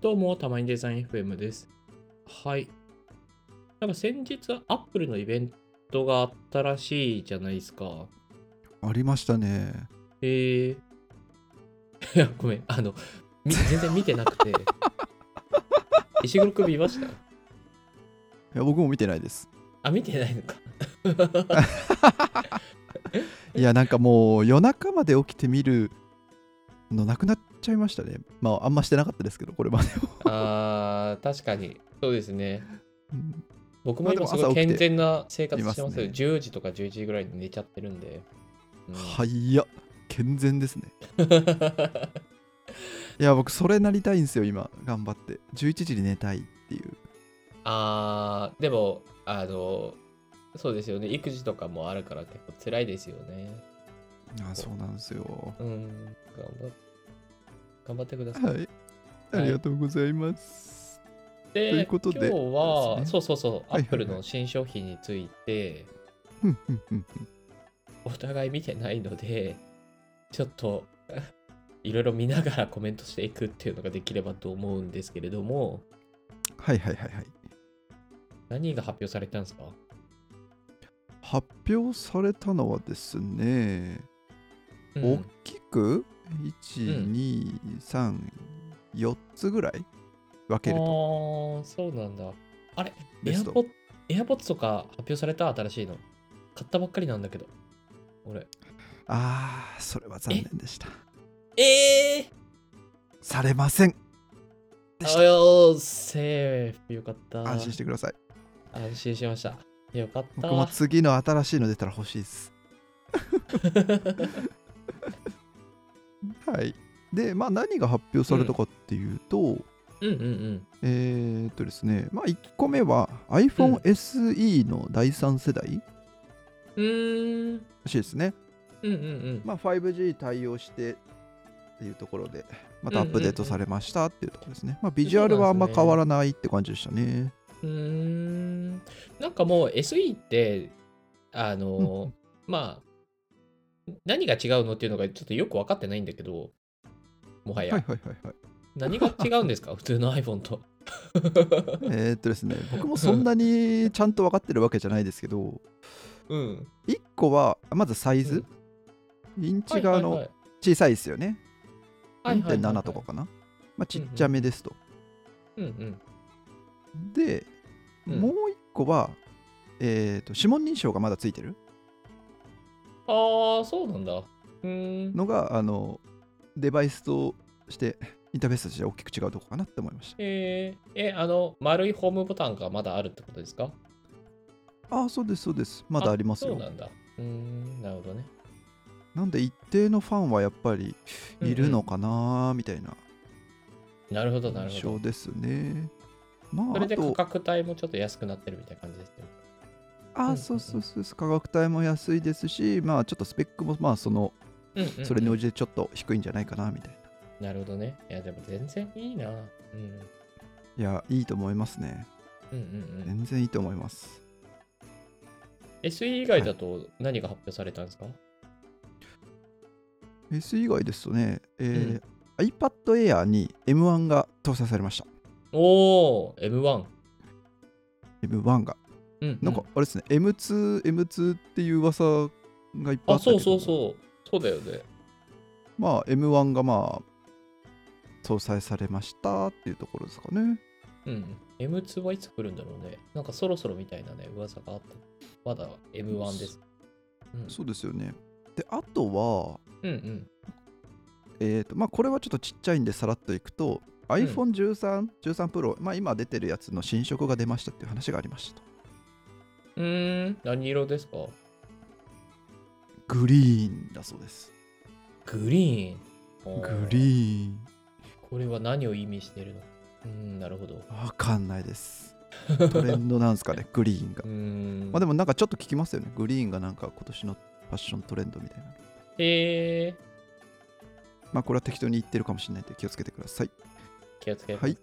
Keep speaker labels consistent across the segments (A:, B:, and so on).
A: どうも、たまにデザイン FM です。はい。なんか先日、アップルのイベントがあったらしいじゃないですか。
B: ありましたね。
A: えー。いや、ごめん、あの、み全然見てなく て。石黒くん見ました
B: いや僕も見てない です。
A: あ、見てないのか。
B: いやなんかもう夜中まで起きて見るのなくなっちゃいましたね。まああんましてなかったですけどこれまでは。
A: あー、確かに。そうですね。
B: うん
A: 僕も
B: まあで
A: 今
B: も
A: すごい
B: 朝起きて
A: 健全な生活してま
B: います
A: すよ。
B: ね
A: 10時とか11時ぐらいに寝ちゃってるんで。うん
B: はいや健全ですね。いや僕それなりたいんですよ今頑張って11時に寝たいっていう。
A: あーでもあのそうですよね育児とかもあるから結構辛いですよね
B: あそうなんですよ。
A: うん頑張っ頑張ってください、
B: はい。ありがとうございます。
A: で
B: ということで
A: 今日は、
B: ですね
A: そうそうそう
B: は
A: ア
B: いはい
A: ップルの新商品について
B: ふんふんふんふん
A: お互い見てないのでちょっと いろいろ見ながらコメントしていくっていうのができればと思うんですけれども
B: はいはいはいはい。
A: 何が発表されたんですか
B: 発表されたのはですね、
A: うん
B: 大きく
A: う
B: 1、
A: ん
B: 2、3、4つぐらい分けると。
A: ああそうなんだあれエ
B: ベ
A: ア
B: スト
A: ポッエアポッツとか発表された新しいの買ったばっかりなんだけど俺
B: ああ、それは残念でした。
A: ええ
B: されません。でし
A: あよーセーフよかった
B: 安心してください。
A: 安心しましたよかっ
B: 僕も
A: た
B: 次の新しいの出たら欲しい です。はい。で、まあ何が発表されたかっていうと、
A: うんうんうん
B: えー、っとですね、まあ1個目は iPhone SE の第3世代
A: うーん
B: らしいですね。
A: うんうん
B: まあ 5G 対応してっていうところで、ま
A: う
B: たア
A: んうんうん
B: ップデートされましたっていうところですね。まあビジュアルはあんま変わらないって感じでしたね。
A: うんうーんなんかもう SE ってあ
B: うんう
A: の
B: ん
A: まあ何が違うのっていうのがちょっとよく分かってないんだけどもは
B: はい
A: や、
B: はいはいはい。
A: 何が違うんですか 普通の iPhone と。
B: えー、っとですね、僕もそんなにちゃんと分かってるわけじゃないですけど、
A: うん。
B: 1個はまずサイズ、インチがあ
A: はい
B: の小さいですよね。
A: はいはい
B: 4.7とか。かな。まあちっちゃめですと。
A: うんうん。
B: で、
A: うん
B: もう1個は、えー、っと指紋認証がまだついてる
A: ああ、そうなんだ。うーん。
B: のが、あのデバイスとして、インターフェースとして大きく違うとこかなって思いました。
A: えー、え、あの、丸いホームボタンがまだあるってことですか
B: ああ、そうです、そうです。まだあります
A: そ
B: よ。
A: うな
B: なん
A: だ。うーん、なるほどね。
B: んで、一定のファンはやっぱり
A: うん
B: いるのかなーみたいな
A: なるほど、なる
B: 印
A: ほど
B: 象。ですね。ま
A: そ
B: あ、
A: れ
B: あ
A: で価
B: と、
A: 格帯もちょっと安くなってるみたいな感じですね。
B: あーそうそうそうそう、価格帯も安いですし、まあ、ちょっとスペックも、まあ、その、
A: うんうんうん
B: それに応じてちょっと低いんじゃないかなみたい
A: なるほどね。いや、でも全然いいな。うん。
B: な。いや、いいと思いますね。
A: うんうんうん。
B: 全然いいと思います。
A: SE 以外だと何が発表されたんですか
B: S 以外ですとね、えー iPad Air に M1 が搭載されました。
A: おー、M1。
B: M1 が。
A: うん。
B: なんか、あれですね、M2、M2 っていう噂がいっぱいあ
A: あ、
B: ったけ
A: そ
B: ど
A: うそうそう。そうだよね。
B: まあ、M1 がまあ、搭載されましたっていうところですかね。
A: うん。M2 はいつ来るんだろうね。なんかそろそろみたいなね、噂があった。まだ M1 です。うん、
B: そうですよね。で、あとは、
A: うんうん。
B: えっ、と、まあ、これはちょっとちっちゃいんで、さらっといくと、iPhone13、13 Pro、まあ、今出てるやつの新色が出ましたっていう話がありました。
A: うーん、何色ですか
B: グリーンだそうです。
A: グリーン。
B: グ
A: ン。
B: リーン。
A: これは何を意味してるのうーん、なるほど。う
B: わかんないです。トレンドなんです かね、グリーンが
A: ー。ん。
B: まあ、で
A: も。
B: もなんかちょっと聞きますよね。グリーンがなんか今年のファッショントレンドみたいな。
A: えー、
B: まあ、これは適当に言ってるかもしれないんで気をつけてください。
A: 気をつけて。
B: はい。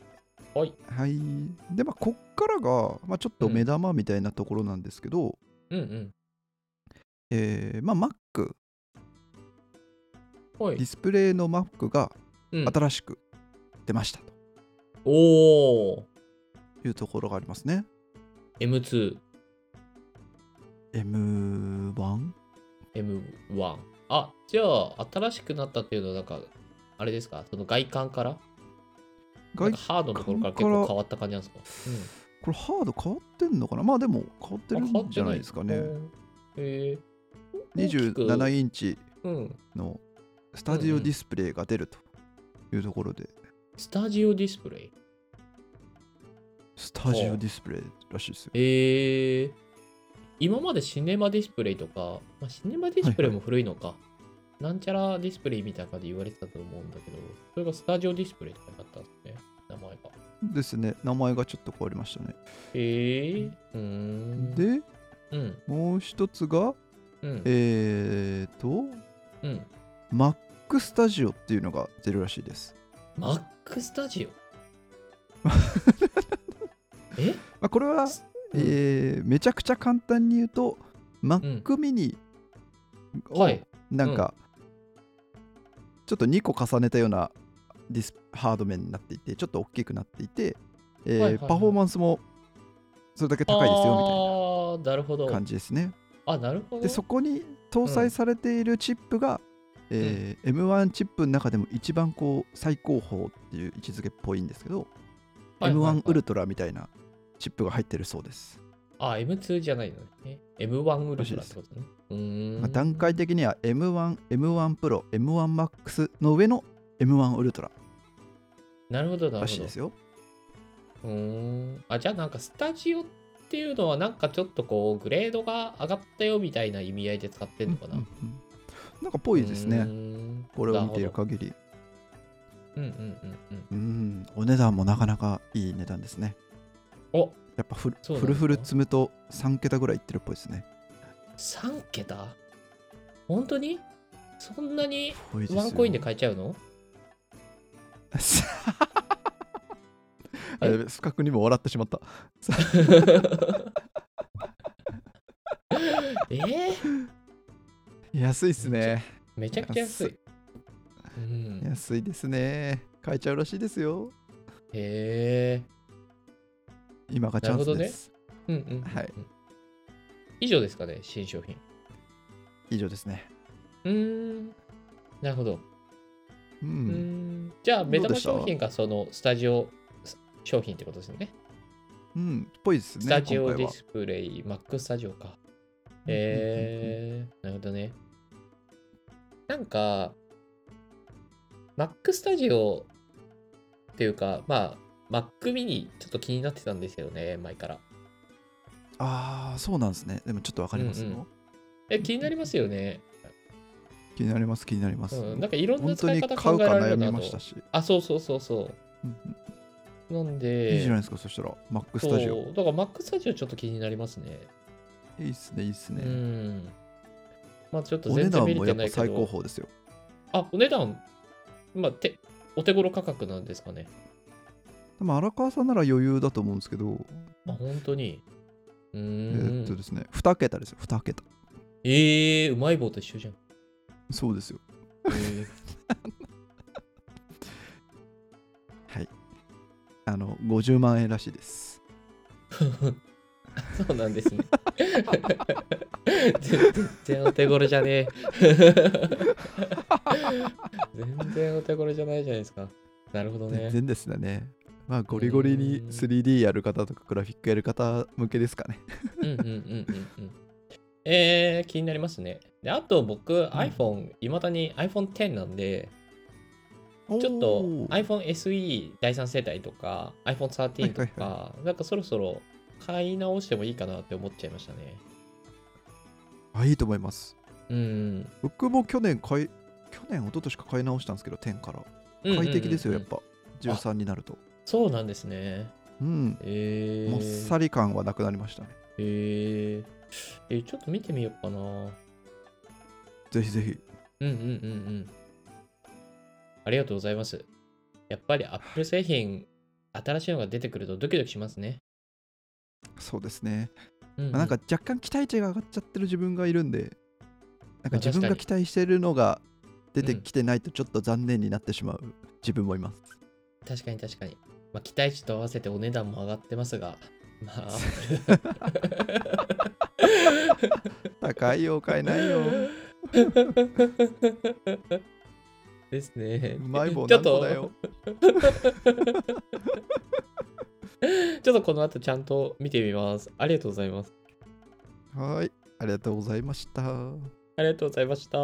A: はい。
B: はい。で、まあ、こっからが、まあ、ちょっと目玉みたいなところなんですけど、
A: うんうん。
B: えーまあ、Mac、
A: は
B: ディ
A: い。
B: スプレイの Mac が
A: うん、
B: 新しく出ましたと。
A: おおお
B: いうところがありますね。
A: M2、
B: M1?
A: M1。あ、じゃあ、新しくなったっていうのは、なんか、あれですか、その外観からなんか
B: 外
A: ハードのところから結構変わった感じなんですか、うん
B: これハード変わってんのかなまあでも変わってるんじゃないですかね。。
A: えー、
B: 27
A: イ
B: インチ
A: うん。
B: のスタジオディスプレイが出るというところで、
A: スタジオディスプレイ。
B: スタジオディスプレイらしいですよ。
A: えー、今までシネマディスプレイとか、まあ、シネマディスプレイも古いのか、なんちゃらディスプレイみたいな感じで言われてたと思うんだけど、それがスタジオディスプレイとかになったんですね、名前が。
B: ですね。名前がちょっと変わりましたね。
A: えー、うーん。、
B: で、
A: うん、
B: もう一つが、
A: うん、
B: えーと、
A: うん。
B: Mac スタジオっていうのが出るらしいです。
A: マックスタジ オえ
B: まあ、これは、
A: す
B: えーめちゃくちゃ簡単に言うと、Mac mini を
A: はい。
B: なんか、ちょっと2個重ねたようなディスハード面になっていて、ちょっと大きくなっていて、えー
A: はいはいはい
B: パフォーマンスもそれだけ高いですよみたい
A: あ
B: な。
A: あー、なるほど。
B: 感じですね。
A: あ、なるほど。
B: で、そこに搭載されているチップが、えー M1 チップの中でも一番こう最高峰っていう位置づけっぽいんですけど、
A: はいはいはい
B: M1 ウルトラみたいなチップが入ってるそうです。
A: あ、M2 じゃないのね。M1 ウルトラってことね。うー
B: まあ
A: ん。
B: 段階的には M1、M1 Pro、M1 Max の上の M1 ウルトラ
A: なるほど、なる
B: ら
A: ほ
B: しい
A: ど。
B: ですよ。
A: うーん。あ、じゃあなんかスタジオっていうのはなんかちょっとこうグレードが上がったよみたいな意味合いで使ってんのかな。
B: うんうんうんなんかぽ
A: 多
B: いですね。。これを見ている
A: か。
B: 限り。
A: うんうんうんうん。
B: うん、お値段もなかなかいい値段ですね。
A: お
B: やっぱフル
A: そうなん
B: フ
A: だ
B: ルフル積むと3桁ぐらいいってるっぽいですね。
A: 3桁本当にそんなに
B: ぽいすよ
A: ワンコインで買えちゃうの
B: あやべ不覚にも笑ってしまった。
A: えー、
B: 安いっすね。
A: めちゃくちゃ安
B: 安
A: い。うん、へ
B: 安いですね。買えちゃうらしいですよ。
A: え。
B: 今がチャンスです。
A: うんうんうんうん
B: はい。
A: 以上ですかね、新商品。
B: 以上ですね。
A: うーん。なるほど。
B: う。
A: うんーん。じゃあ、
B: どう
A: 目
B: でした
A: 玉商品がそのスタジオ商品ってことですね。
B: うん、っぽいですね。
A: スタジオ
B: 今回
A: ディ
B: は
A: スプレイ、Mac スタジオか。
B: うんうんうんうん
A: えー、なるほどね。なんか、Mac スタジオっていうか、まあ、Mac mini ちょっと気になってたんですよね、前から。
B: ああ、そうなんですね。でもちょっとわかりますよ、
A: うんうんえ、気になりますよね。
B: 気になります、気になります。
A: うん、なんかいろんな
B: 本当
A: 使い
B: に
A: 方
B: 買
A: 考
B: う
A: え
B: から
A: れ
B: 悩
A: るなと
B: みましたし。
A: あ、そうそうそうそ
B: うんうん
A: う。なん
B: いいじゃな
A: で、
B: いですか、そしたら。Mac ス
A: そ
B: タジオ。
A: う、だから Mac スタジオちょっと気になりますね。
B: いいっすね、いいっす
A: う
B: ね。
A: ん。まあちょっと
B: お値
A: 全然
B: 段
A: 見れ
B: も
A: て
B: やっ
A: な
B: ぱ
A: いけ
B: 最高
A: ど。
B: 峰ですよ。
A: あ、お値段、まあて、お手頃価格なんですかね。
B: でも荒川さんなら余裕だと思うんですけど、
A: あ、本当に。うー
B: えー
A: ん
B: っ。とですね、2桁ですよ、2桁。
A: えー、うまい棒と一緒じゃん。
B: そうですよ。
A: えー
B: はい。あの、50万円らしいです。
A: そうなんですね。 全然お手頃じゃ ねえ。全然お手頃じゃないじゃないですか。なるほどね
B: 全。然ですね。まあ、ゴリゴリに 3D やる方とかグラフィックやる方向けですかね。
A: うんうんうんうんうん。えー、気になりますね。で、あと僕、iPhone、いまだに iPhone X なんで、 ちょっと
B: おー
A: iPhone SE 第3世代とか iPhone 13とか、
B: はい
A: なんかそろそろ買い直してもいいかなって思っちゃいましたね。
B: あ、いいと思います。
A: うん。
B: 僕も去年買い、去年、一昨年か買い直したんですけど、10から。快適ですよ、やっ
A: ぱ。
B: ぱ。13になると。
A: そうなんですね。
B: うん。
A: えー。
B: もっさり感はなくなりましたね。
A: えーえーちょっと見てみようかな。うん
B: ぜひぜひ。
A: うんうんうん。ありがとうございます。やっぱり Apple 製品、新しいのが出てくるとドキドキしますね。
B: そうですね。
A: うんうん
B: まあなんか若干期待値が上がっちゃってる自分がいるんで、なんか自
A: まあ
B: 分
A: 確か
B: が
A: に
B: 期待してるのが出てきてないとちょっと残念になってしまう自分もいます。
A: 確かに確かに。まあ、期待値と合わせてお値段も上がってますが、まあ、
B: 高いよ、買えないよ。う
A: ですね。
B: まい棒
A: ちょっ
B: 何個
A: と
B: だよ。
A: ちょっとこの後ちゃんと見てみます。ありがとうございます。
B: はーい。ありがとうございました。
A: ありがとうございました。